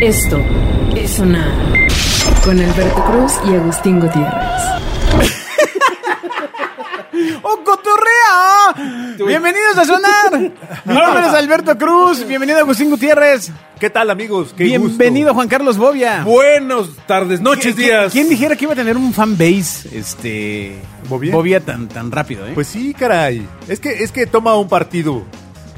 Esto es sonar con Alberto Cruz y Agustín Gutiérrez. ¡Oh, cotorrea! Bienvenidos a Sonar. Mi nombre es Alberto Cruz. Bienvenido Agustín Gutiérrez. ¿Qué tal, amigos? Qué Bienvenido Juan Carlos Bobia. gusto. Buenos tardes, noches, ¿Qui- qui- días. ¿Quién dijera que iba a tener un fan base este ¿Bobia? tan, tan rápido, eh? Pues sí, caray. Es que es que toma un partido.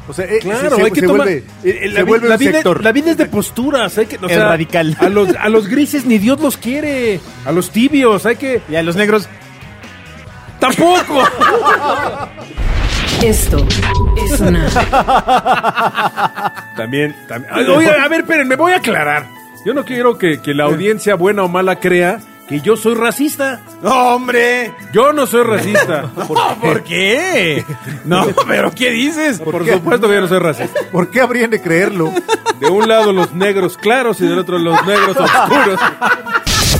O sea, eh, Claro, se- se, hay que se tomar. vuelve, eh, eh, se vuelve la un vida, sector. la vida es de posturas, hay que. o El radical. A los, a los grises ni Dios los quiere. A los tibios, hay que. y a los negros ¡Tampoco! Esto es sonar. también, también. Ay, oye, a ver, esperen, me voy a aclarar. Yo no quiero que, que la audiencia, buena o mala, crea que yo soy racista. ¡No, hombre! Yo no soy racista. Por, ¿Por qué? No, "Oh, pero ¿qué dices? por qué? supuesto que yo no soy racista. ¿Por qué habrían de creerlo? De un lado los negros claros y del otro los negros oscuros.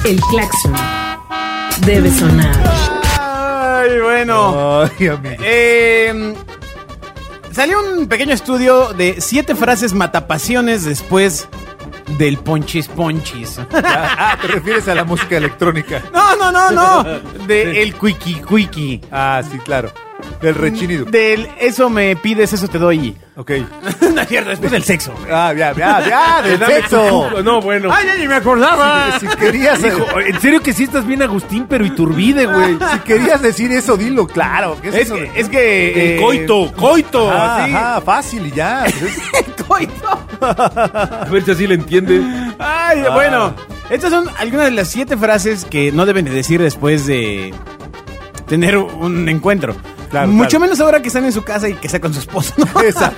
El claxon debe sonar. Ay, bueno. Ay, amigo. Eh, salió un pequeño estudio de siete frases matapasiones después del ponchis ponchis. Ah, te refieres a la música electrónica. No, no, no, no. De el cuiki cuiki. Ah, sí, claro. Del rechinido. Del eso me pides, eso te doy. Ok. no es cierto, después del sexo. güey. Ah, ya, ya, ya, del Dame tu sexo. culo. No, bueno. Ay, ya ni me acordaba. Si querías, Hijo, en serio que sí estás bien Agustín, pero Iturbide, güey. si querías decir eso, dilo, claro. ¿Qué es, Es eso que, de- es que, eh, coito. Ah, así. ajá, fácil y ya. Pues es- coito. A ver si así le entiende. Ay, Ah. bueno. Estas son algunas de las siete frases que no deben de decir después de tener un encuentro. Claro, Mucho claro. menos ahora que están en su casa y que está con su esposo. ¿no? esa.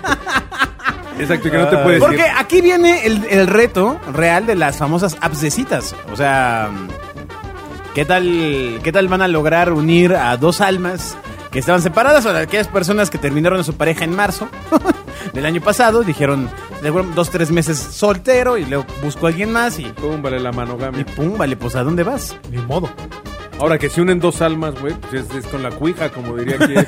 Exacto, Pues, que no te puedes Porque aquí viene el, el reto real de las famosas apps de citas. O sea, ¿qué tal, ¿qué tal van a lograr unir a dos almas que estaban separadas o de aquellas personas que terminaron a su pareja en marzo del año pasado? Dijeron, seguro, dos, tres meses soltero y luego busco a alguien más y, Túmbale la mano, y Gami. pum, vale, pues ¿a dónde vas? Ni modo. Ahora que se unen dos almas, güey, pues es, es con la cuija, como diría aquí. eh.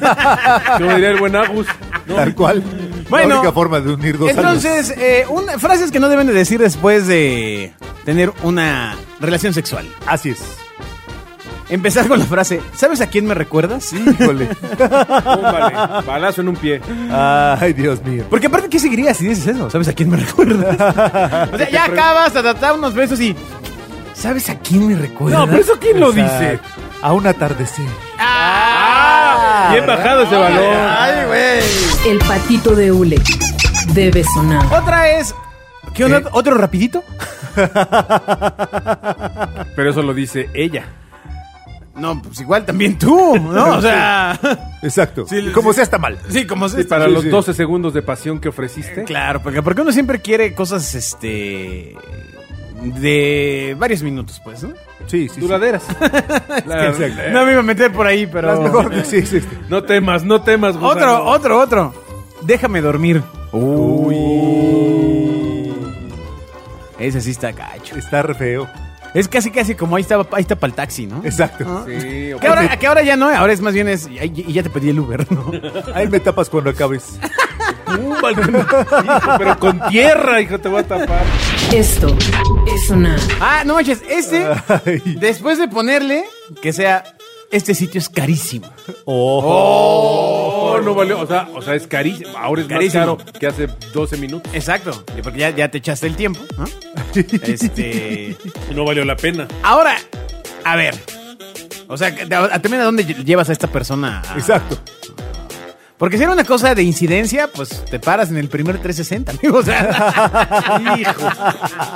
como diría el buen Agus. ¿no? Tal cual. Bueno. la única forma de unir dos almas. Entonces, eh, una- frases que no deben de decir después de tener una relación sexual. Así es. Empezar con la frase, ¿sabes a quién me recuerdas? Híjole. Túmbale. Balazo en un pie. Ah. Ay, Dios mío. Porque aparte, ¿qué seguiría si dices eso? ¿Sabes a quién me recuerdas? o sea, ya acabas de tratar unos besos y... ¿Sabes a quién me recuerdas? No, pero eso quién lo dice. Exacto. A un atardecer. ¡Ah! Bien bajado ese balón. ¡Ay, güey! El patito de hule debe sonar. Otra es... ¿Qué onda? ¿Otro rapidito? Pero eso lo dice ella. No, pues igual también tú, ¿no? O sea... Exacto. Sí, Como sí. sea, está mal. sí, como... se- Y para Sí, los sí. 12 segundos de pasión que ofreciste. Claro, porque, porque uno siempre quiere cosas, este... De varios minutos, pues, ¿no? Sí, sí. Duraderas. La- exacto. No me iba a meter por ahí, pero... Las mejor sí existe. No temas, no temas, gusano. Otro, otro, otro. Déjame dormir. Ese sí está cacho. Está re feo. Es casi, casi como ahí está, ahí está para el taxi, ¿no? Exacto. Ah. Sí, o- Que ahora, que ahora ya no, ahora es más bien es. ay, Y ya te pedí el Uber, ¿no? Ahí me tapas cuando acabes. Túmbale. Hijo, pero con tierra, hijo, te voy a tapar. Esto es sonar. Ah, no manches, este, Ay. después de ponerle que sea. Este sitio es carísimo. Oh, no valió. O sea, o sea es carísimo. Ahora es Carísimo. más caro que hace 12 minutos. Exacto. Porque ya, ya te echaste el tiempo, ¿no? Este. No valió la pena. Ahora, a ver. O sea, que- a- también a dónde lle- llevas a esta persona. a- Exacto. Porque si era una cosa de incidencia, pues te paras en el primer 360, amigo. O sea, hijo.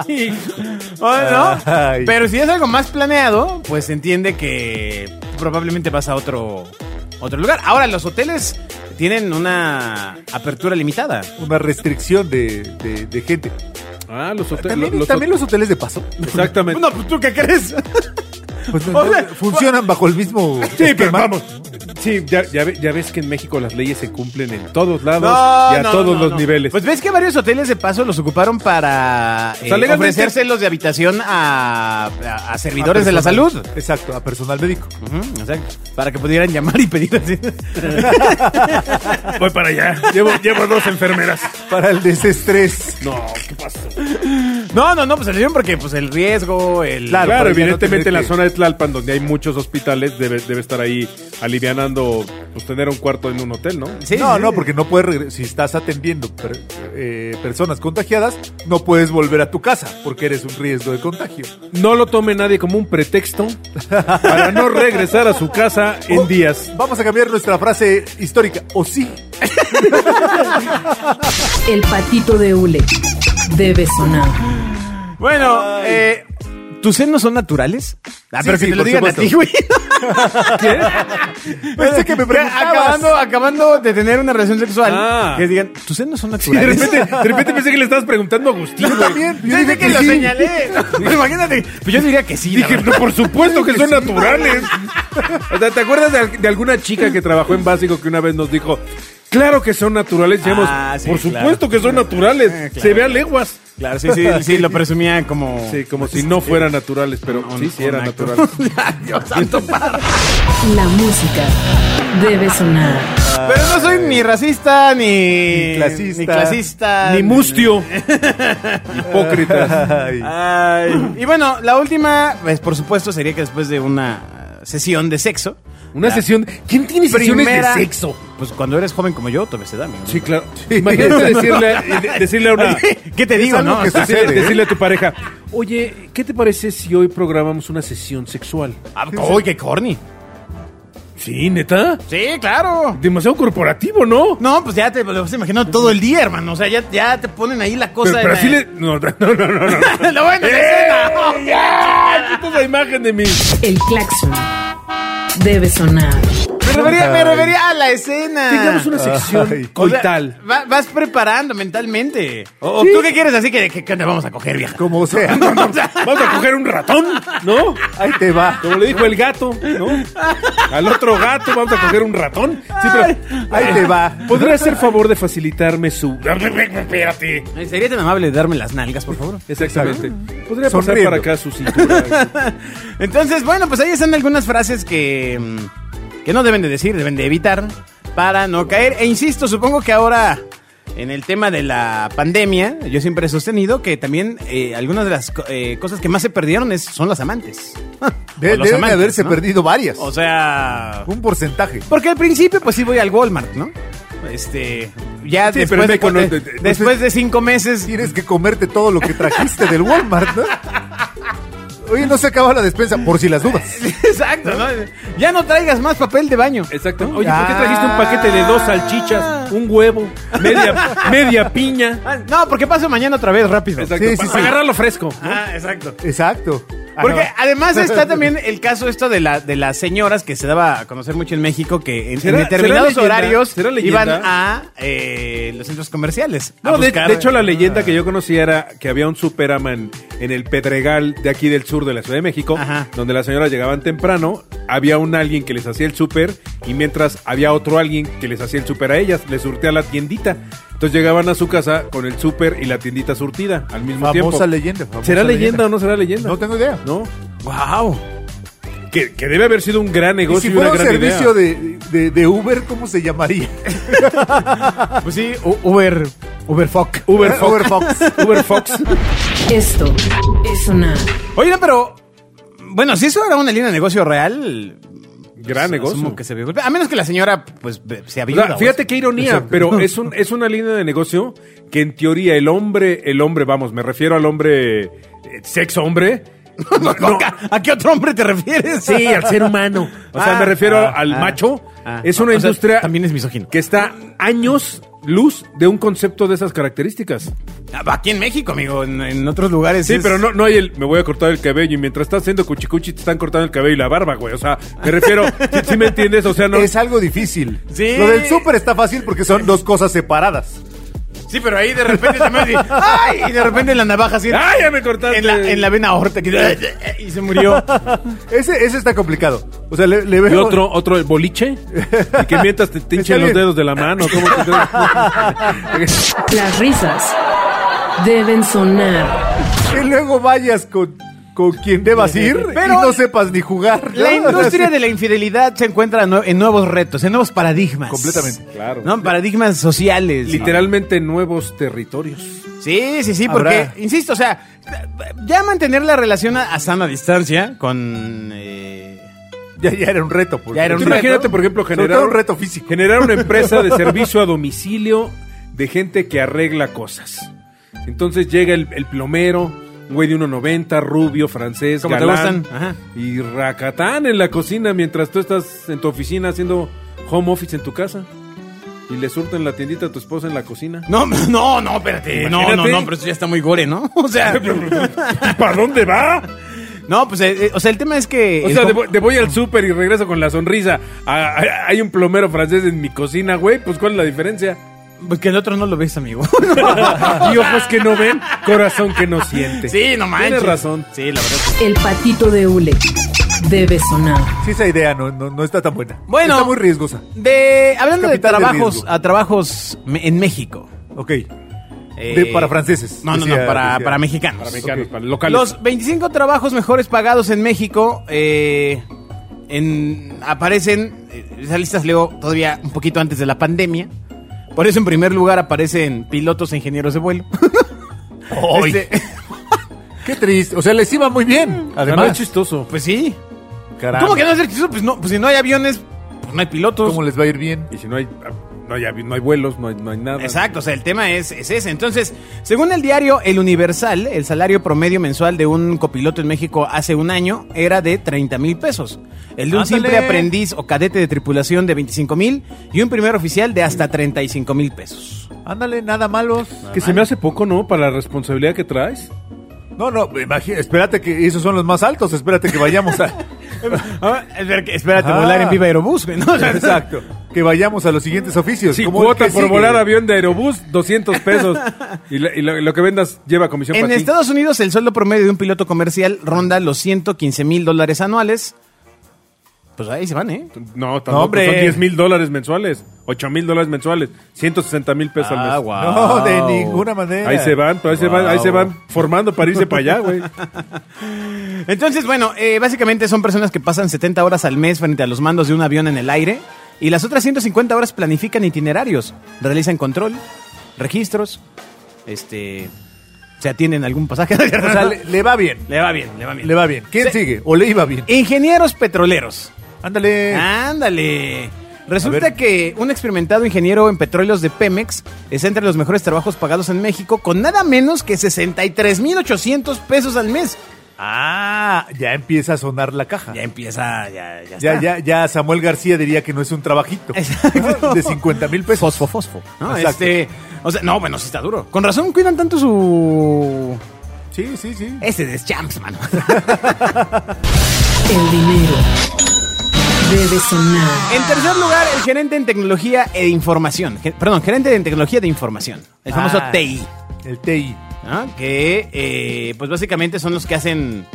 hijo. ¿O no? Ay. Pero si es algo más planeado, pues se entiende que probablemente vas a otro, otro lugar. Ahora, los hoteles tienen una apertura limitada. Una restricción de, de, de gente. Ah, los hoteles. También, los, también los hoteles de paso. Exactamente. No, pues tú qué crees. Pues, no, no, sea, funcionan bajo el mismo. Sí, pero esquema. vamos. Sí, ya, ya ve- ya ves que en México las leyes se cumplen en todos lados No, y a no, todos no, los no. niveles. Pues ves que varios hoteles de paso los ocuparon para eh, sea, legalmente- ofrecérselos de habitación a, a- a A servidores de la personal- salud. Exacto, a personal médico. Ujú, exacto. Para que pudieran llamar y pedir así. voy para allá. Llevo, llevo dos enfermeras. Para el desestrés. No, ¿qué pasó? No, no, no, pues se dieron porque pues el riesgo, el... Claro, Claro, para ya no evidentemente tener en la que- zona de Tlalpan, donde hay muchos hospitales, debe, debe estar ahí alivianando, pues tener un cuarto en un hotel, ¿no? Sí, no, sí, no, sí. porque no puedes regre- si estás atendiendo per- eh, personas contagiadas, no puedes volver a tu casa porque eres un riesgo de contagio. No lo tome nadie como un pretexto para no regresar a su casa en Oh. O- días. Vamos a cambiar nuestra frase histórica. O sí, El patito de hule debe sonar. Bueno, eh, ¿tus senos son naturales? Ah, Sí, pero que sí, te lo por digan a ti, güey. supuesto. pensé que me preguntabas. Acabando, acabando de tener una relación sexual, Ah. que digan, ¿tus senos son Y de naturales? repente, de repente pensé que le estabas preguntando a Agustín, Yo güey. también. Yo dije que lo sí. señalé. Pero imagínate. Pues yo diría que sí. la Dije, verdad. "No, por supuesto que son naturales. O sea, ¿te acuerdas de, al- de alguna chica que trabajó en básico que una vez nos dijo, claro que son naturales? Y hemos, Ah, sí, por claro. supuesto que son naturales. Eh, claro. Se ve a leguas. Claro, sí, sí, sí, lo presumía como. Sí, como si no fueran naturales, pero un- sí, sí un eran acto. naturales. Dios santo, padre. La música debe sonar. Pero no soy ni racista, ni. Ni clasista. Ni clasista. Ni mustio. Hipócritas. Ay. Ay. Y bueno, la última, pues por supuesto, sería que después de una sesión de sexo. Una la sesión. ¿Quién tiene sesiones primera- de sexo? Pues cuando eres joven como yo, todavía se da, amigo. Sí, claro. Imagínate decirle, eh, de- decirle a una. ¿Qué te digo, algo no? que O sea, sucede. ¿eh? Decirle, decirle a tu pareja, oye, ¿qué te parece si hoy programamos una sesión sexual? ah, ¡Uy, qué corny! Sí, neta. Sí, claro. Demasiado corporativo, ¿no? No, pues ya te lo vas imaginando todo el día, hermano. O sea, ya, ya te ponen ahí la cosa. Pero, pero en así la- le. No, no, no, no. no, Ah, no. lo bueno de la escena. ¡Ey! ¡Ya! Quita esa imagen de mí. El claxon debe sonar. Me refería, me Ay. refería a la escena. Tengamos una sección Ay. O sea, coital. Oh, va- vas preparando mentalmente. O, o Sí. tú qué quieres así que, que, que te vamos a coger, vieja. Como sea. O sea, Vamos a coger un ratón, ¿no? Ahí te va. Como le dijo el gato, ¿no? Al otro gato vamos a coger un ratón. Sí, pero. Ahí te va. ¿Podría hacer favor de facilitarme su. Espérate. Sería tan amable de darme las nalgas, por favor. Exactamente. Podría pasar Sonriendo. para acá su cintura. Entonces, bueno, pues ahí están algunas frases que, mm, que no deben de decir, deben de evitar para no caer. E insisto, supongo que ahora en el tema de la pandemia, yo siempre he sostenido que también eh, algunas de las co- eh, cosas que más se perdieron es, son las amantes. De- O los deben amantes, haberse ¿no? perdido varias. O sea, un porcentaje. porque al principio pues sí voy al Walmart, ¿no? Este, ya Sí, después, pero me de, cu- cono- de- de- después de cinco meses... Tienes que comerte todo lo que trajiste del Walmart, ¿no? Oye, no se acaba la despensa, por si las dudas. Exacto, ¿no? Ya no traigas más papel de baño. Exacto. Oye, ¿por qué trajiste un paquete de dos Ah. salchichas, un huevo, media, media piña? Ah, No, porque paso mañana otra vez rápido. Exacto. Sí, sí, sí. para agarrarlo fresco. ¿no? Ah, exacto. Exacto. Ah, Porque no. además está también el caso esto de, la, de las señoras que se daba a conocer mucho en México que en, ¿Será- en determinados será leyenda? horarios ¿Será leyenda? iban a eh, los centros comerciales. a No, de, buscar- eh, de hecho la leyenda que yo conocía era que había un superama en, en el Pedregal de aquí del sur de la Ciudad de México, Ajá. donde las señoras llegaban temprano, había un alguien que les hacía el súper y mientras había otro alguien que les hacía el súper a ellas, les surtía la tiendita. Entonces llegaban a su casa con el súper y la tiendita surtida al mismo Famosa tiempo. leyenda. famosa ¿Será leyenda o no será leyenda? No tengo idea. ¿No? ¡Wow! Que, que debe haber sido un gran Y negocio si y una fuera un gran servicio idea. de, de- de Uber, ¿cómo se llamaría? Pues sí, U- Uber. Uber fuck. Uber Fox. Uber Fox. Uber Fox. Esto es sonar. Oye, no, pero. Bueno, si eso era una línea de negocio real. Gran pues, negocio. asumo que se vio golpe- A menos que la señora, pues, be- se O aviva. sea, fíjate qué ironía, pero es, un, es una línea de negocio que en teoría el hombre, el hombre, vamos, me refiero al hombre, eh, sexo hombre. no, ¿A qué otro hombre te refieres? sí, al ser humano. O sea, Ah, me refiero ah, al ah, macho. ah. es una O sea, industria también es misógino. que está años luz de un concepto de esas características. Ah, Aquí en México, amigo. En, en otros lugares. Sí, es- pero no, no hay el me voy a cortar el cabello y mientras estás haciendo cuchicuchi te están cortando el cabello y la barba, güey. O sea, me refiero, si me entiendes? O sea, no. Es algo difícil. Sí. Lo del súper está fácil porque son dos cosas separadas. Sí, pero ahí de repente también así, ¡Ay! Y de repente la navaja así. ¡Ah, ya me cortaste! En la, en la vena aorta. que- eh, Y se murió. Ese, ese está complicado. O sea, le, le veo... Y otro, otro el boliche. Y que mientras te, te hinchen los bien. dedos de la mano. ¿cómo te- Las risas deben sonar. Que luego vayas con, con quien debas ir Pero- y no sepas ni jugar. ¿no? La industria de la infidelidad se encuentra nue- en nuevos retos, en nuevos paradigmas. Completamente. Claro. ¿No? Paradigmas sociales. Literalmente nuevos territorios. Sí, sí, sí, porque, Habrá. insisto, o sea, ya mantener la relación a, a sana distancia con... eh, Ya, ya era un reto. porque- Ya era Tú un reto. imagínate, por ejemplo, Sobre generar todo un reto físico. generar una empresa de servicio a domicilio de gente que arregla cosas. Entonces llega el, el plomero, un güey de 1.90, rubio, francés, Como te galán, gustan, ajá. y racatán en la cocina mientras tú estás en tu oficina haciendo home office en tu casa. Y le surten la tiendita a tu esposa en la cocina. No, no, no, espérate. No, no, Imagínate. no, pero eso ya está muy gore, ¿no? O sea, ¿Para dónde va? no, pues, eh, eh, o sea, el tema es que... O el sea, com- te voy, te voy al súper y regreso con la sonrisa. Ah, ah, hay un plomero francés en mi cocina, güey. Pues, ¿cuál es la diferencia? Porque Pues el otro no lo ves, amigo. Y ojos que no ven, corazón que no siente. sí, no manches. Tienes razón. Sí, la verdad. El patito de Ule debe sonar. Sí, esa idea no, no, no está tan buena. Bueno. Está muy riesgosa. De, hablando de Capital de trabajos riesgo. a trabajos me- en México. Eh, Ok. De- para franceses, No, no, decía- no, para, decía. para mexicanos. Para mexicanos, Ok. para locales. Los 25 trabajos mejores pagados en México eh, en, aparecen, eh, esas listas leo todavía un poquito antes de la pandemia. Por eso en primer lugar aparecen pilotos e ingenieros de vuelo. Este, Qué triste. O sea, les iba muy bien. Además, es Además, chistoso. pues sí. caramba. ¿Cómo que no es el chistoso? Pues, no, pues si no hay aviones, pues no hay pilotos. ¿Cómo les va a ir bien? Y si no hay, no hay, avi- no hay vuelos, no hay, no hay nada. Exacto, o sea, el tema es, es ese. Entonces, según el diario El Universal, el salario promedio mensual de un copiloto en México hace un año era de 30 mil pesos. El de un Ándale. simple aprendiz o cadete de tripulación de 25 mil y un primer oficial de hasta 35 mil pesos. Ándale, nada malos. Que se me hace poco, ¿no? Para la responsabilidad que traes. No, no, imagina, espérate que esos son los más altos. Espérate que vayamos a. Ah, espérate, volar en Viva Aerobús, Exacto. Que vayamos a los siguientes Pues, oficios. Sí, ¿Cómo cuota que por sigue? volar avión de Aerobús, 200 pesos. y, la- y lo, lo que vendas lleva comisión En para ti. Estados Unidos, el sueldo promedio de un piloto comercial ronda los 115 mil dólares anuales. Pues ahí se van, ¿eh? No, No, tampoco. hombre. Son 10 mil dólares mensuales, 8 mil dólares mensuales, 160 mil pesos Ah, al mes. No, de ninguna manera. Ah. Ahí se van, pero ahí se van, ahí se van formando para irse para allá, güey. Entonces, bueno, eh, básicamente son personas que pasan 70 horas al mes frente a los mandos de un avión en el aire y las otras 150 horas planifican itinerarios, realizan control, registros, este, se atienden a algún pasaje. O sea, le, le va bien. le va bien, le va bien. Le va bien. ¿Quién Sí. sigue? ¿O le iba bien? Ingenieros petroleros. Ándale. Ah. Ándale. Eh. A Resulta ver. que un experimentado ingeniero en petróleos de Pemex está entre los mejores trabajos pagados en México con nada menos que 63.800 pesos al mes. Ah, ya empieza a sonar la caja. Ya empieza, ya, ya, Ah. Ya, está. ya, ya Samuel García diría que no es un trabajito. Exacto. De 50 mil pesos. Fosfo, fosfo. ¿no? Exacto. Este, o sea, no, bueno, sí está duro. Con razón cuidan tanto su... Sí, sí, sí. Ese es champs, mano. El dinero debe sonar. en tercer lugar, el gerente en tecnología e información. Ge- perdón, gerente en tecnología de información. El famoso Ah. TI. El TI. ¿no? Que, eh, pues básicamente son los que hacen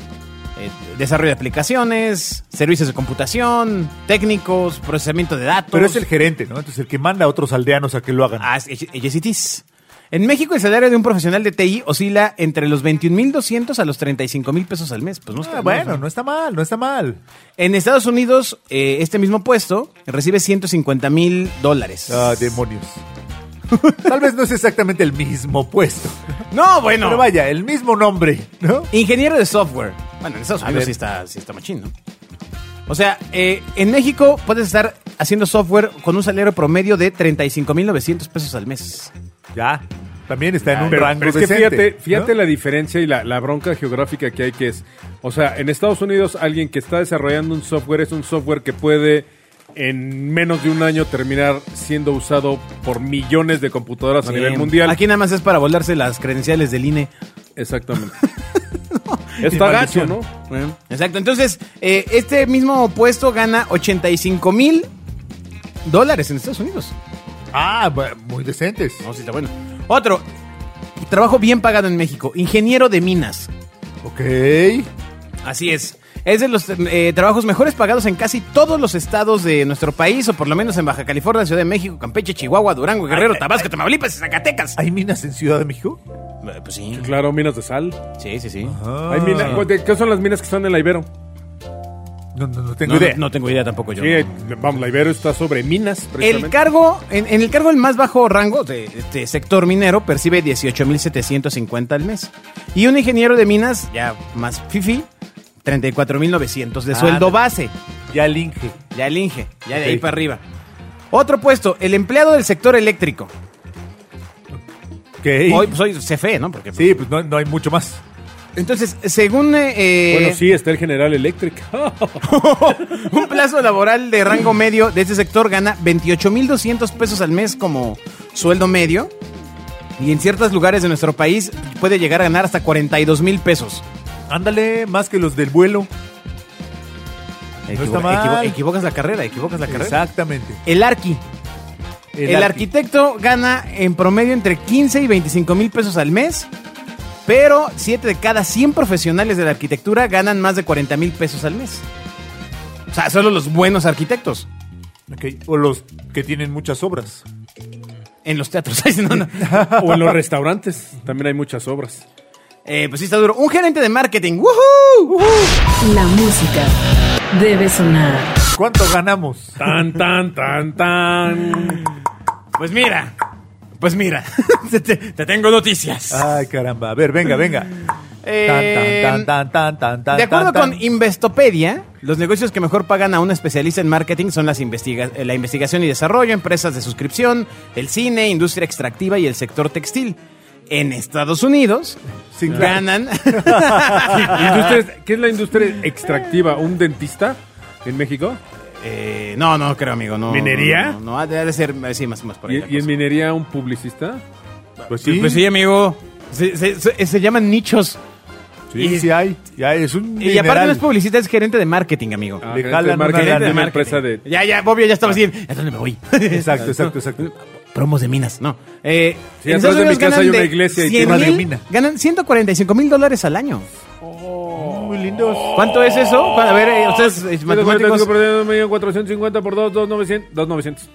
eh, desarrollo de aplicaciones, servicios de computación, técnicos, procesamiento de datos. Pero es el gerente, ¿no? Entonces el que manda a otros aldeanos a que lo hagan. Ah, es- es- yes, it is. En México el salario de un profesional de TI oscila entre los 21.200 a los 35.000 pesos al mes. Pues no está Ah, no, bueno, no. no está mal, no está mal. En Estados Unidos eh, este mismo puesto recibe 150.000 dólares. Ah, demonios. Tal vez no es exactamente el mismo puesto. No, bueno. Pero vaya, el mismo nombre, ¿no? Ingeniero de software. Bueno, en Estados A Unidos ver. sí está, sí está machín, ¿no? O sea, eh, en México puedes estar haciendo software con un salario promedio de 35.900 pesos al mes. Ya. También está en un Ah, Pero, rango pero es que decente, fíjate, fíjate ¿no? la diferencia y la, la bronca geográfica que hay que es. O sea, en Estados Unidos alguien que está desarrollando un software es un software que puede en menos de un año terminar siendo usado por millones de computadoras a nivel Eh, mundial. Aquí nada más es para volarse las credenciales del E. INE. Exactamente. Está gacho, maldición. ¿no? Exacto, entonces eh, este mismo puesto gana 85 mil dólares en Estados Unidos. Ah, bu- muy decentes. No, sí está bueno. Otro, trabajo bien pagado en México, ingeniero de minas. Ok. Así es. Es de los eh, trabajos mejores pagados en casi todos los estados de nuestro país, o por lo menos en Baja California, Ciudad de México, Campeche, Chihuahua, Durango, Guerrero, Tabasco, Tamaulipas y Zacatecas. ¿Hay minas en Ciudad de México? Eh, Pues sí, Claro, minas de sal. sí, sí, sí. Ah. Hay mina- ¿Qué son las minas que están en la Ibero? No, no, no tengo No, idea. no tengo idea tampoco yo. Sí, Eh, vamos, la Ibero está sobre minas. El precisamente. cargo, en, en el cargo el más bajo rango de, este sector minero percibe 18.750 al mes. Y un ingeniero de minas, ya más fifi, 34.900 de Ah, sueldo de- base. Ya el Inge. Ya el Inge, ya de ahí Ok. para arriba. Otro puesto, el empleado del sector eléctrico. Ok. Hoy soy CFE, ¿no? Porque, Sí, pues no, no hay mucho más. Entonces, según eh, Bueno, sí, está el General Electric. un plazo laboral de rango medio de este sector gana 28.200 pesos al mes como sueldo medio. Y en ciertos lugares de nuestro país puede llegar a ganar hasta 42 mil pesos. Ándale, más que los del vuelo. está mal. equivocas la carrera, equivocas la carrera. Exactamente. El arqui. El, arqui- arquitecto gana en promedio entre 15 y 25 mil pesos al mes. Pero 7 de cada 100 profesionales de la arquitectura ganan más de 40 mil pesos al mes. O sea, solo los buenos arquitectos. Ok, O los que tienen muchas obras. En los teatros. Ay, no, no. o en los restaurantes. También hay muchas obras. Eh, pues sí está duro. Un gerente de marketing. ¡Woohoo! La música debe sonar. ¿Cuánto ganamos? Tan, tan, tan, tan. Pues mira. Pues mira. te, te- te tengo noticias. Ay, caramba. A ver, venga, venga. Eh, Tan, tan, tan, tan, tan, tan, de acuerdo tan, con tan. Investopedia, los negocios que mejor pagan a un especialista en marketing son las investiga- eh, la investigación y desarrollo, empresas de suscripción, el cine, industria extractiva y el sector textil. En Estados Unidos Sí, claro. ganan Industrias- ¿Qué es la industria extractiva? ¿Un dentista en México? Eh, no, no creo, amigo. No, ¿Minería? No, no, no, ha de ha de ser eh, sí, más, más por ahí. ¿Y, la y en cosa. minería un publicista? Pues sí, Pues sí, amigo. Se- se- se- se llaman nichos. sí, y- sí hay. Ya es un Y aparte no es dineral. publicista, es gerente de marketing, amigo. Ah, Le gerente jalan de una marketing lana. de una Marketing. empresa de... Ah. Ya, ya, Bobio ya estaba así. ¿A dónde me voy? Exacto, exacto, exacto. Promos de minas, no. Eh, Sí, en atrás Estados de mi Unidos casa ganan hay una de iglesia y 100 tiene una mil- mina. Ganan 145 mil dólares al año. Muy lindos. ¿Cuánto es eso? Cu- A ver, eh, ustedes, eh, matemáticos. 450 por 2, 2, 900. 2, 900.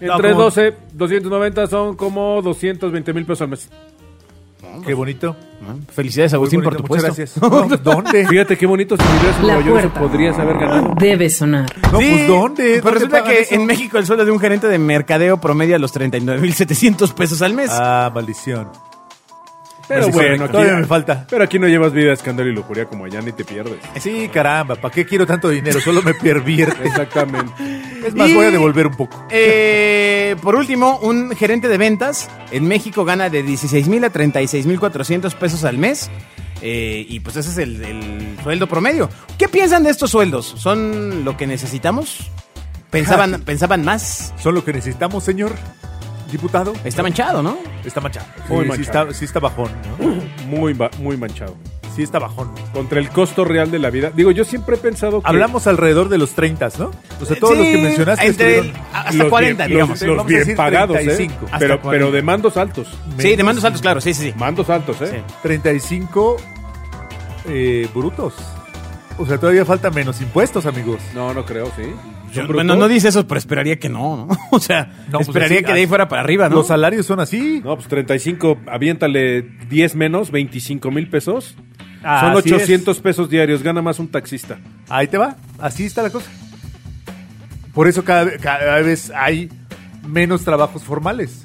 No, Entre como- 12, 290 son como 220 mil pesos al mes. Qué bonito. Ah, Felicidades, Muy Agustín, por bonito, tu puesto. Muchas gracias. No, pues, ¿Dónde? Fíjate qué bonito si vivías en La Nueva York eso puerta. podrías haber ganado. Debe sonar. No, Sí, pues ¿dónde? Pero ¿Dónde resulta pagan que eso? en México el sueldo de un gerente de mercadeo promedia los 39.700 pesos al mes. Ah, maldición. Pero Sí, bueno, correcto. Todavía me falta. Pero aquí no llevas vida, escándalo y lujuria como allá, ni te pierdes. Sí, caramba, ¿para qué quiero tanto dinero? Solo me pervierte. Exactamente. Es más, Y- voy a devolver un poco. Eh, por último, un gerente de ventas en México gana de 16 mil a 36 mil 400 pesos al mes. Eh, y pues ese es el, el sueldo promedio. ¿Qué piensan de estos sueldos? ¿Son lo que necesitamos? ¿Pensaban, pensaban más? Son lo que necesitamos, señor diputado. Está manchado, ¿no? Está manchado. Sí, Muy sí manchado. está, sí está bajón, ¿no? Muy, ba- muy manchado. Sí está bajón. Contra el costo real de la vida. Digo, yo siempre he pensado que... Hablamos alrededor de los 30, ¿no? O sea, todos los que Sí, mencionaste entre el- estuvieron- hasta los 40, bien- digamos. Los, los Vamos a bien decir pagados, 35. ¿eh? Hasta Pero, 40. pero de mandos altos. Sí, de mandos altos, claro, sí, sí, sí. Mandos altos, ¿eh? Sí. 35 eh, brutos. O sea, todavía falta menos impuestos, amigos. No, no creo, sí. Yo- ¿Son bueno, no brutos? dice eso, pero esperaría que no, ¿no? O sea, No, pues esperaría así- que de ahí fuera para arriba, ¿no? Los salarios son así. No, pues 35, aviéntale 10 menos, 25 mil pesos. Son Ah, Así es. 800 pesos diarios, gana más un taxista. Ahí te va. Así está la cosa. Por eso cada, ve- cada vez hay menos trabajos formales.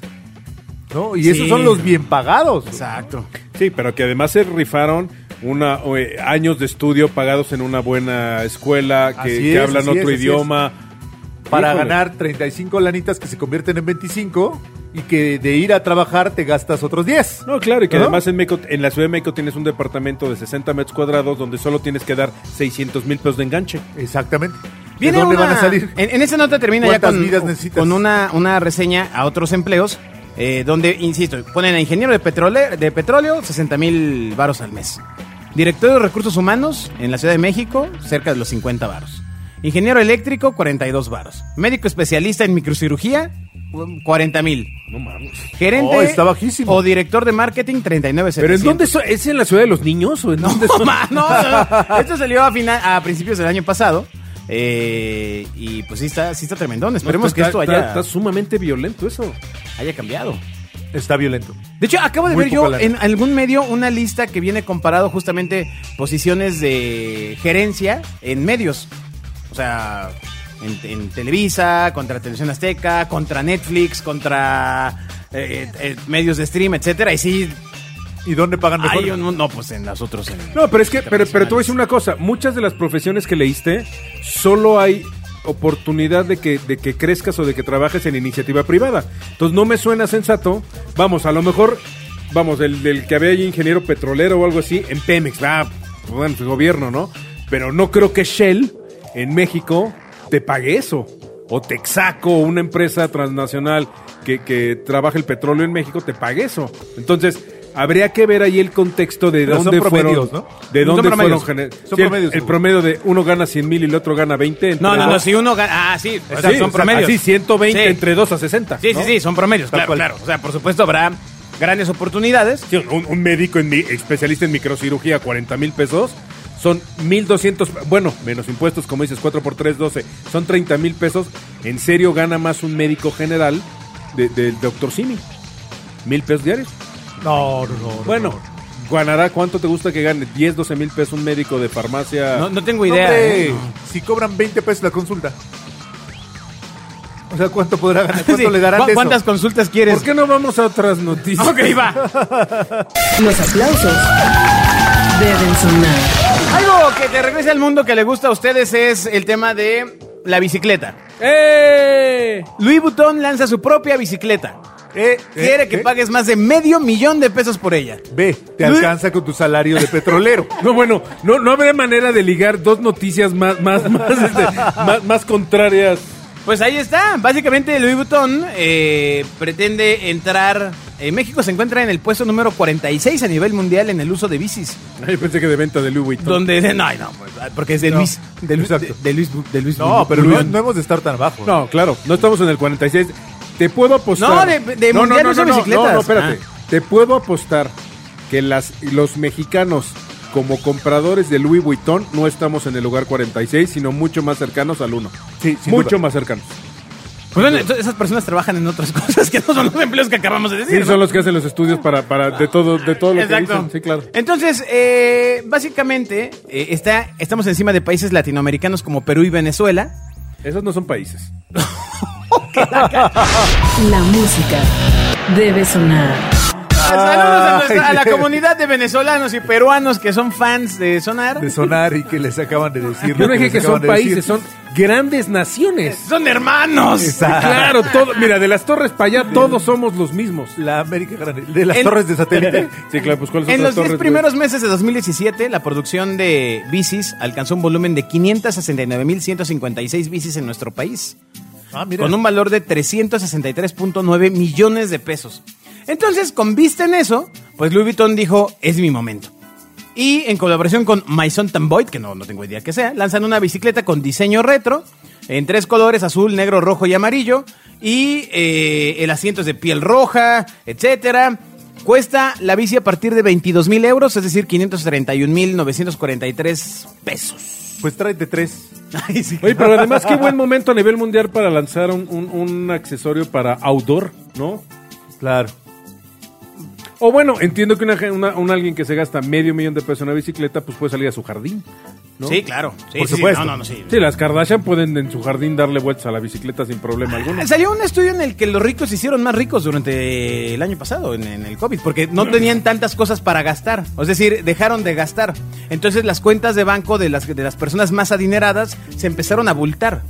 ¿No? Y esos Sí. son los bien pagados. Exacto. Sí, pero que además se rifaron una, eh, años de estudio pagados en una buena escuela, que, Así que es, hablan así es, otro así es. idioma. Para Híjole. ganar 35 lanitas que se convierten en 25 y que de ir a trabajar te gastas otros 10. No, claro, y que ¿No? además en, México, en la Ciudad de México tienes un departamento de 60 metros cuadrados donde solo tienes que dar 600 mil pesos de enganche. Exactamente. ¿De Viene dónde una- van a salir? En, en esa nota termina ya ¿Cuántas con, vidas necesitas? con una, una reseña a otros empleos, eh, donde, insisto, ponen a ingeniero de petróleo, de petróleo 60 mil varos al mes. Director de recursos humanos en la Ciudad de México, cerca de los 50 varos. Ingeniero eléctrico, 42 varos. Médico especialista en microcirugía, 40 mil. No mames. Gerente Oh, está bajísimo. o director de marketing, 39 ¿Pero en dónde so- ¿Es en la Ciudad de los Niños o en dónde No, son? ma, no, no, no. Esto salió a, final, a principios del año pasado. eh, y pues sí está, sí está tremendón. Esperemos No, que está- esto está- haya, Está sumamente violento eso. haya cambiado. Está violento. De hecho, acabo de Muy ver yo poca lana. en algún medio una lista que viene comparado justamente posiciones de gerencia en medios. O sea, en, en Televisa, contra Televisión Azteca, contra Netflix, contra eh, eh, medios de stream, etcétera. Y sí, ¿Y dónde pagan mejor? hay un... mon- No, pues en las otros. en- No, pero es que, pero, pero te voy a decir una cosa, muchas de las profesiones que leíste, solo hay oportunidad de que, de que crezcas o de que trabajes en iniciativa privada. Entonces no me suena sensato, vamos, a lo mejor, vamos, el, del que había ahí ingeniero petrolero o algo así, en Pemex, va, bueno, pues, gobierno, ¿no? Pero no creo que Shell en México te pague eso. O Texaco, una empresa transnacional que, que trabaja el petróleo en México, te pague eso. Entonces, habría que ver ahí el contexto de Pero son dónde fueron. promedios, ¿no? ¿De Son dónde promedios. fueron? gener- Son el- promedios, el, seguro. promedio de uno gana 100 mil y el otro gana 20. entre No, no, dos. no, si uno gana... Ah, sí, o Así, sea, son promedios. Así, 120 Sí. entre 2 a 60. Sí, ¿no? sí, sí, son promedios, Tal claro, cual. claro. O sea, por supuesto habrá grandes oportunidades. Sí, Un, un médico en mi, especialista en microcirugía, 40 mil pesos. Son 1.200, bueno, menos impuestos, como dices, 4 por 3, 12. Son 30 mil pesos. En serio, gana más un médico general de- del doctor Simi. Mil pesos diarios. No, no, no. no, Bueno, no. ganará, ¿cuánto te gusta que gane? 10, 12 mil pesos un médico de farmacia. No, no tengo idea. Hombre, ¿eh? Si cobran 20 pesos la consulta. O sea, ¿cuánto podrá ganar? Sí, ¿Cuánto le darán ¿cu- de eso? ¿Cuántas consultas quieres? ¿Por qué no vamos a otras noticias? Ok, va. Los aplausos deben sonar. Algo que te regrese al mundo que le gusta a ustedes es el tema de la bicicleta. ¡Eh! Louis Vuitton lanza su propia bicicleta. Eh, Quiere eh, que eh. pagues más de medio millón de pesos por ella. Ve, te Lu- alcanza con tu salario de petrolero. No, bueno, no, no habría manera de ligar dos noticias más, más, más, este, más, más contrarias. Pues ahí está. Básicamente Louis Vuitton eh, pretende entrar... eh, México se encuentra en el puesto número 46 a nivel mundial en el uso de bicis. Ay, pensé que de venta de Louis Vuitton. Donde... No, no, pues, porque es de No, Luis. De Luis, exacto. de, de Luis, de Luis No, pero no, Vuitton. no hemos de estar tan bajo. No, claro, no estamos en el 46. Te puedo apostar. No, de- de mundial uso bicicletas. No, no, espérate. Ah. Te puedo apostar que las, los mexicanos, como compradores de Louis Vuitton, no estamos en el lugar 46, sino mucho más cercanos al 1. Sí, sin mucho duda. más cercanos. Pues bueno, entonces esas personas trabajan en otras cosas que no son los empleos que acabamos de decir. Sí, ¿no? son los que hacen los estudios para, para de todo, de todo lo que Exacto. dicen. Sí, claro. Entonces, eh, básicamente, eh, está, estamos encima de países latinoamericanos como Perú y Venezuela. Esos no son países. La música debe sonar. Ah, Ah, Saludos a, nuestra- a la Ay. comunidad de venezolanos y peruanos que son fans de Sonar. De sonar y que les acaban de decir. Yo lo no dije les que son acaban de decir. países, son grandes naciones. Son hermanos. Exacto. Claro, todo, mira, de las torres para allá todos somos los mismos. La América Grande. De las En- torres de satélite. Sí, claro, pues ¿cuáles son En los las torres? 10 güey? primeros meses de 2017, la producción de bicis alcanzó un volumen de 569.156 bicis en nuestro país. Ah, mira. con un valor de 363.9 millones de pesos. Entonces, con vista en eso, pues Louis Vuitton dijo, es mi momento. Y en colaboración con Maison Tamboy, que no, no tengo idea que sea, lanzan una bicicleta con diseño retro, en tres colores, azul, negro, rojo y amarillo, y eh, el asiento es de piel roja, etcétera. Cuesta la bici a partir de 22 mil euros, es decir, 531.943 pesos. Pues tráete tres. Ay, sí. Oye, pero además qué buen momento a nivel mundial para lanzar un, un- un accesorio para outdoor, ¿no? Claro. O bueno, entiendo que una, ge- una- un alguien que se gasta medio millón de pesos en una bicicleta, pues puede salir a su jardín. ¿no? Sí, claro. Sí, Por sí, sí. supuesto. No, no, no, sí. Sí, las Kardashian pueden en su jardín darle vueltas a la bicicleta sin Ah, problema alguno. Salió un estudio en el que los ricos se hicieron más ricos durante el año pasado, en, en el COVID, porque no tenían tantas cosas para gastar. Es decir, dejaron de gastar. Entonces las cuentas de banco de las, de las personas más adineradas se empezaron a abultar.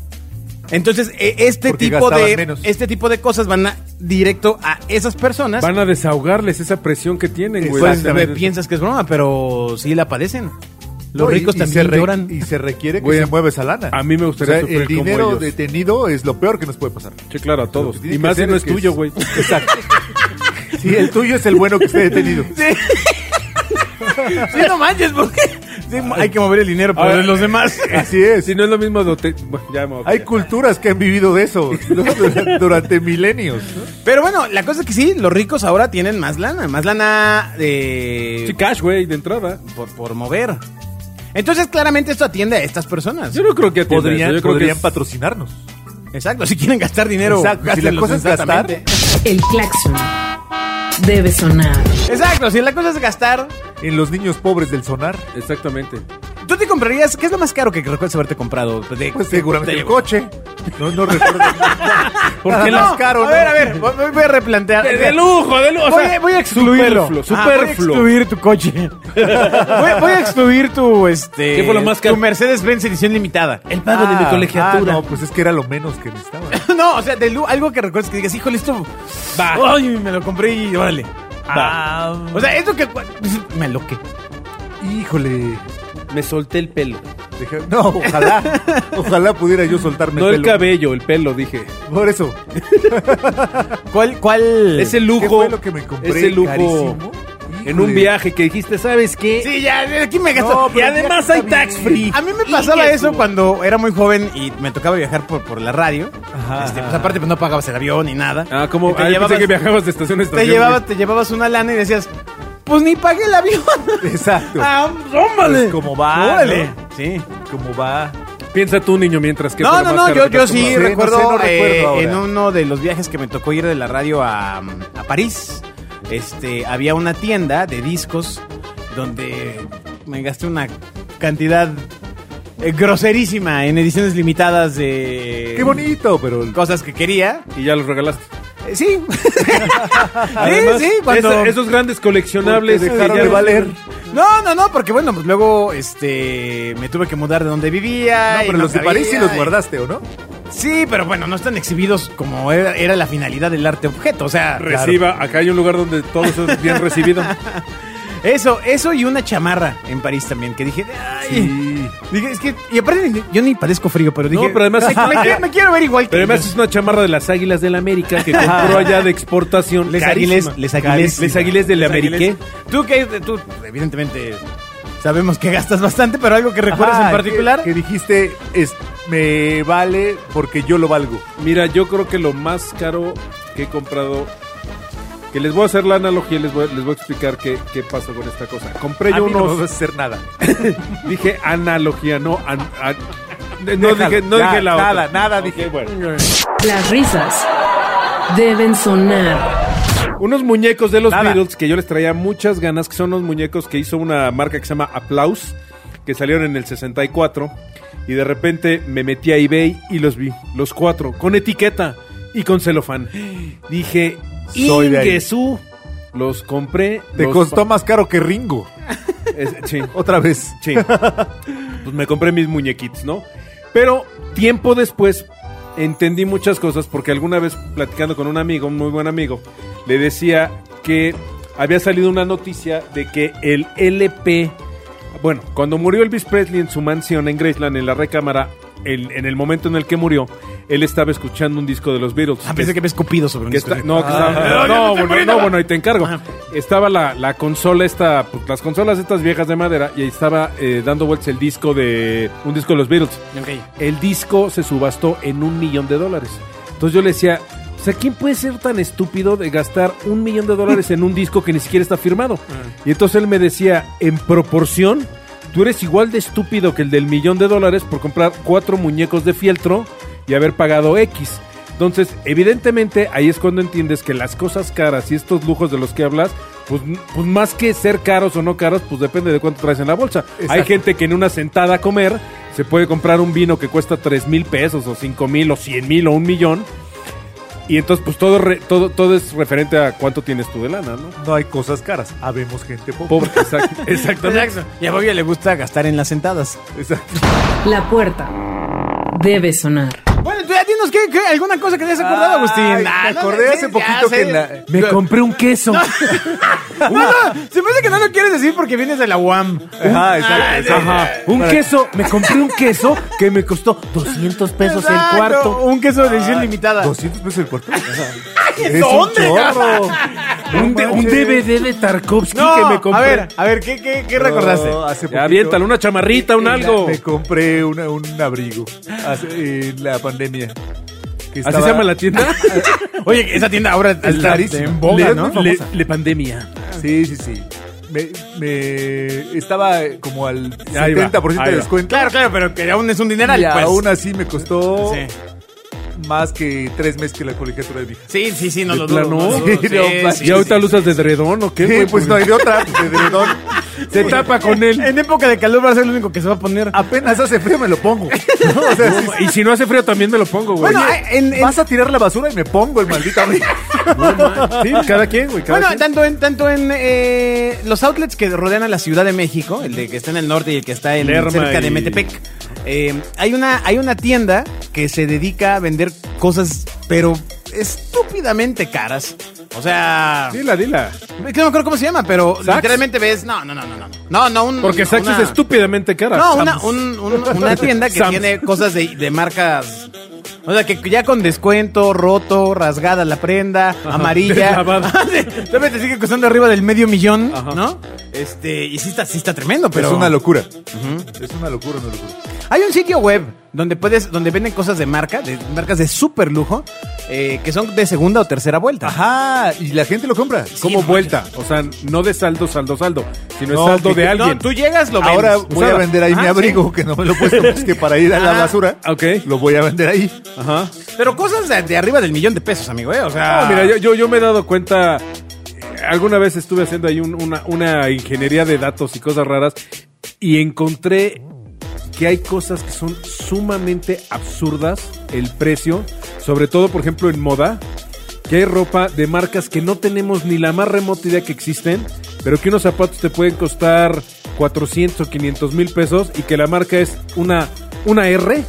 Entonces, e- este Porque tipo, gastaban de, menos. este tipo de cosas van a- directo a esas personas. Van a desahogarles esa presión que tienen, güey. pues, Exactamente. güey, piensas que es broma, pero sí la padecen. Los No, y- ricos y se también re- lloran. Y se requiere que Güey, se mueva esa lana. a mí me O gustaría sea, sufrir el como dinero ellos. detenido es lo peor que nos puede pasar. Sí, claro, a todos. Lo que tiene Y que más si hacer no es es que tuyo, es- güey. Exacto. Sí, el tuyo es el bueno que esté detenido. Sí, no manches, porque sí, hay que mover el dinero A por ver. los demás. Así es. Si no es lo mismo, de hotel- bueno, ya me voy a Hay callar. culturas que han vivido de eso ¿no? durante, durante milenios. ¿no? Pero bueno, la cosa es que sí, los ricos ahora tienen más lana, más lana eh, Sí, cash, güey, de entrada. por, por mover. Entonces, claramente esto atiende a estas personas. Yo no creo que atienda Podrían, eso, yo creo que podrían es- patrocinarnos. Exacto, si quieren gastar dinero, Exacto, si la gástenlo cosa es gastar. sensatamente. El claxon debe sonar. Exacto, si la cosa es gastar, En los niños pobres del sonar. Exactamente. ¿tú te comprarías? ¿Qué es lo más caro que recuerdas haberte comprado? De- Pues seguramente de- el coche. No, no recuerdo. ¿Por qué Nada las más caro? caro, ¿no? A ver, a ver, voy, voy a replantear. De, de lujo, de lujo. o Voy, sea, a- voy a excluirlo. Superfluo, Ah, voy a superfluo. excluir tu coche. voy, voy a excluir tu, este... ¿Qué fue lo más caro? Tu Mercedes-Benz edición limitada. El Ah, ah, colegiatura. no, pues es que era lo menos que necesitaba. no. o sea, de lu- algo que recuerdes que digas, híjole, esto... Va. Ay, me lo compré y órale. Va. Ah, o sea, esto que... Me aloqué. Híjole. Me solté el pelo. Dije, no, ojalá. Ojalá pudiera yo soltarme No el el pelo. cabello, el pelo, dije. Por eso. ¿Cuál, cuál? Ese lujo. ¿Qué fue lo que me compré? Ese lujo. Carísimo. En un Híjole. viaje que dijiste, ¿sabes qué? Sí, ya, aquí me gasto. No, y pero además ya hay está bien. tax free. A mí me pasaba Inge eso su- cuando era muy joven y me tocaba viajar por, por la radio. Ajá, Este, pues ajá. aparte, pues no pagabas el avión ni nada. Ah, como Y Te, ah, yo llevabas, pensé que viajabas de estación a te, estación. llevabas, te llevabas una lana y decías, pues ni pagué el avión. Exacto. ah, tómale. Pues, ¿cómo va, Órale. no? Sí. ¿Cómo va? güey. Piensa tú, niño, mientras que No, fue lo no, más no, caro yo, que te yo has sí Sí, no sé, recuerdo, no recuerdo eh, ahora. en uno de los viajes que me tocó ir de la radio a, a París, este, había una tienda de discos donde me gasté una cantidad eh, groserísima en ediciones limitadas de Qué bonito, pero el- cosas que quería. comprado? Y ya los regalaste. Eh, sí. Además, sí, sí, cuando... esa- esos grandes coleccionables Porque que dejaron ya de no- valer. No, no, no, porque bueno, pues luego este me tuve que mudar de donde vivía. No, y pero los de París sí cabía, los y- guardaste, ¿o no? Sí, pero bueno, no están exhibidos como era, era la finalidad del arte objeto. O sea, Reciba, acá hay un lugar donde todo eso es bien recibido. claro, eso, eso y una chamarra en París también, que dije, ay, Sí. dije, es que, y aparte, yo ni padezco frío, pero No, dije, pero además- me, qui- me quiero ver igual que Pero además ellos. es una chamarra de las Águilas del América que compró allá de exportación. les Carísima. águiles, les águiles, Les Águiles del Les América. Águiles. Tú que, tú, evidentemente, sabemos que gastas bastante, pero algo que recuerdas Ajá, en particular. Que, que dijiste, es, me vale porque yo lo valgo. Mira, yo creo que lo más caro que he comprado. Que les voy a hacer la analogía y les voy, les voy a explicar qué, qué pasó con esta cosa. Compré A yo mí no me unos. vas a hacer nada. Dije analogía, no. an- an- no Déjalo, dije, no ya, dije la otra. nada, nada Ok, dije. bueno. Las risas deben sonar. Unos muñecos de los Nada. Beatles que yo les traía muchas ganas, que son unos muñecos que hizo una marca que se llama Applause, que salieron en el 64. Y de repente me metí a eBay y los vi, los cuatro, con etiqueta y con celofán. Dije, Soy de ahí. Ingesu. Los compré. Te los costó pa- más caro que Ringo. Es- sí. Otra vez. Sí. Pues me compré mis muñequitos, ¿no? Pero tiempo después entendí muchas cosas porque alguna vez platicando con un amigo, un muy buen amigo, le decía que había salido una noticia de que el LP, bueno, cuando murió Elvis Presley en su mansión en Graceland, en la recámara, el- en el momento en el que murió, él estaba escuchando un disco de los Beatles. Ah, pensé que había escupido sobre un Que está- disco. Ah. no, que estaba- no, bueno, no, bueno, ahí te encargo. Estaba la, la consola esta, pues, las consolas estas viejas de madera y ahí estaba eh, dando vueltas el disco de un disco de los Beatles. Ok. El disco se subastó en un millón de dólares. Entonces yo le decía, o sea, ¿quién puede ser tan estúpido de gastar un millón de dólares en un disco que ni siquiera está firmado? Y entonces él me decía, en proporción, tú eres igual de estúpido que el del millón de dólares por comprar cuatro muñecos de fieltro y haber pagado X. Entonces, evidentemente, ahí es cuando entiendes que las cosas caras y estos lujos de los que hablas, pues, n- pues más que ser caros o no caros, pues depende de cuánto traes en la bolsa. Hay gente que en una sentada a comer se puede comprar un vino que cuesta 3 mil pesos o 5 mil o 100 mil o un millón. Y entonces, pues todo, re- todo, todo es referente a cuánto tienes tú de lana, ¿no? No hay cosas caras. Habemos gente pobre. Pobre, exact- exactamente. Exacto. Y a Bobby le gusta gastar en las sentadas. Exacto. La puerta debe sonar. Bueno, tú ya dinos ¿qué, qué? alguna cosa que te hayas acordado, Agustín. Ay, Ah, me no acordé sé, hace ya poquito sé. que en la- Me compré un queso. No, no, se me hace que no lo quieres decir porque vienes de la UAM. Ah, Ajá, exacto. exacto. Ajá, un queso. Me compré un queso que me costó 200 pesos Exacto, el cuarto. Un queso de edición limitada. 200 pesos el cuarto. ¿En ¿En dónde, Un, de- un DVD de Tarkovsky No, que me compré. a ver, a ver, ¿qué, qué, qué recordaste? hace Ya, poquito- aviéntalo, una chamarrita, un algo. Me compré una- un abrigo hace- en la pandemia. Que Así estaba- se llama la tienda. Oye, esa tienda ahora está carísimo. en boga, Le- ¿no? Le, famosa. le pandemia. Sí, sí, sí. Me, me- estaba eh, como al Ahí va, 70% ahí de va. descuento. Claro, claro, pero que aún es un dineral, Y pues. aún así me costó Sí. más que tres meses que la colegiatura de Vija. Sí, sí, sí, no ¿De lo dudo. plano? no lo dudo, Sí, no sí, manches. sí, ¿Y ahorita sí. lo usas de dredón o qué? Sí, güey? pues no hay de otra. de dredón. Se tapa con él. En época de calor va a ser el único que se va a poner. Apenas hace frío me lo pongo. ¿no? O sea, sí, Y si no hace frío también me lo pongo, güey. Bueno, en- en- vas a tirar la basura y me pongo el maldito abrigo. Sí, cada quien, güey. cada Bueno, quien. tanto en, tanto en eh, los outlets que rodean a la Ciudad de México, el de que está en el norte y el que está en, Lerma cerca de y- Metepec, eh, hay, una, hay una tienda que se dedica a vender cosas, pero estúpidamente caras. O sea... Dila, dila. Es que no me acuerdo cómo se llama, pero ¿Sax? literalmente ves... No, no, no, no. No, no, no un, Porque Sax una- es estúpidamente cara. No, una, Sam's. un- un- una tienda que Sam's. tiene cosas de, de marcas... O sea, que ya con descuento, roto, rasgada la prenda, amarilla. deslavada. Todavía te sigue costando arriba del medio millón, Ajá. ¿no? Este, y sí está, sí está tremendo, pero... Es una locura. Es una locura, una locura. Hay un sitio web donde puedes, donde venden cosas de marca, de marcas de super lujo, eh, que son de segunda o tercera vuelta. Ajá, y la gente lo compra. Como vuelta. O sea, no de saldo, saldo, saldo. Sino No, es saldo que- de No, alguien. tú llegas, lo Ahora vendes. voy a Usada. vender Ah, ahí mi Ajá, abrigo, que no me lo he puesto, pues que para ir a la Ah, basura. ok. Lo voy a vender ahí. Ajá. sí. Pero cosas de, de arriba del millón de pesos, amigo, ¿eh? O sea... No, mira, yo, yo, yo me he dado cuenta. eh, Alguna vez estuve haciendo ahí un- una, una ingeniería de datos y cosas raras. Y encontré que hay cosas que son sumamente absurdas el precio. Sobre todo, por ejemplo, en moda. Que hay ropa de marcas que no tenemos ni la más remota idea que existen. Pero que unos zapatos te pueden costar 400 o 500 mil pesos. Y que la marca es una, una R.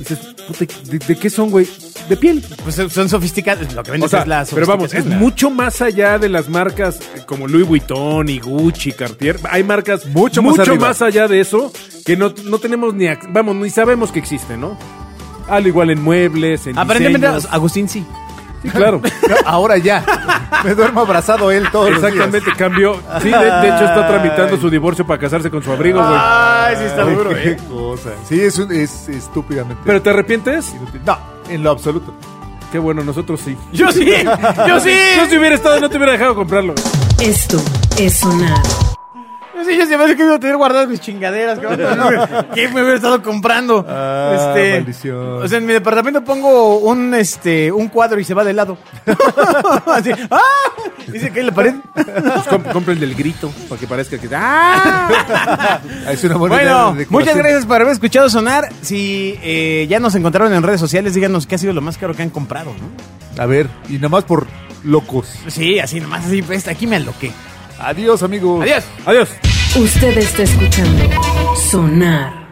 Dices, puta, ¿de- ¿de qué son, güey? De piel. Pues son- son sofisticados. Lo que venden O sea, es la pero vamos, es sofisticación, la- mucho más allá de las marcas eh, como Louis Vuitton y Gucci, Cartier. Hay marcas Mucho mucho, más mucho arriba. más, allá de eso que no, no tenemos ni, ac- vamos, ni sabemos que existen, ¿no? Al igual en muebles, en Aparentemente, diseños. Agustín sí. Sí, claro. No, Ahora ya. Me duermo abrazado él todos los días. Exactamente, cambió. Sí, de, de hecho está tramitando su divorcio para casarse con su abrigo, güey. Ah. Ay, sí está Ay, duro, qué eh. cosa. Sí, es, un- es estúpidamente. ¿Pero te arrepientes? inútil. No, en lo absoluto. Qué bueno, nosotros sí. Yo sí, yo sí. Yo si hubiera estado no te hubiera dejado comprarlo. Esto es sonar. Yo sí, yo sí, me que iba a tener guardadas mis chingaderas. cabrón. No, ¿Qué me hubiera estado comprando? Este, Ah, maldición. O sea, en mi departamento pongo un este un cuadro y se va de lado. Así, ¡ah! Dice que en la pared. Pues comp- compra el del grito, para que parezca que... ¡Ah! Ah, Es una buena idea Bueno, de decoración. muchas gracias por haber escuchado sonar. Si eh, ya nos encontraron en redes sociales, díganos qué ha sido lo más caro que han comprado, ¿no? A ver, y nomás por locos. Sí, así nomás, así, pues, aquí me aloqué. Adiós, amigos. Adiós. Adiós. Usted está escuchando sonar.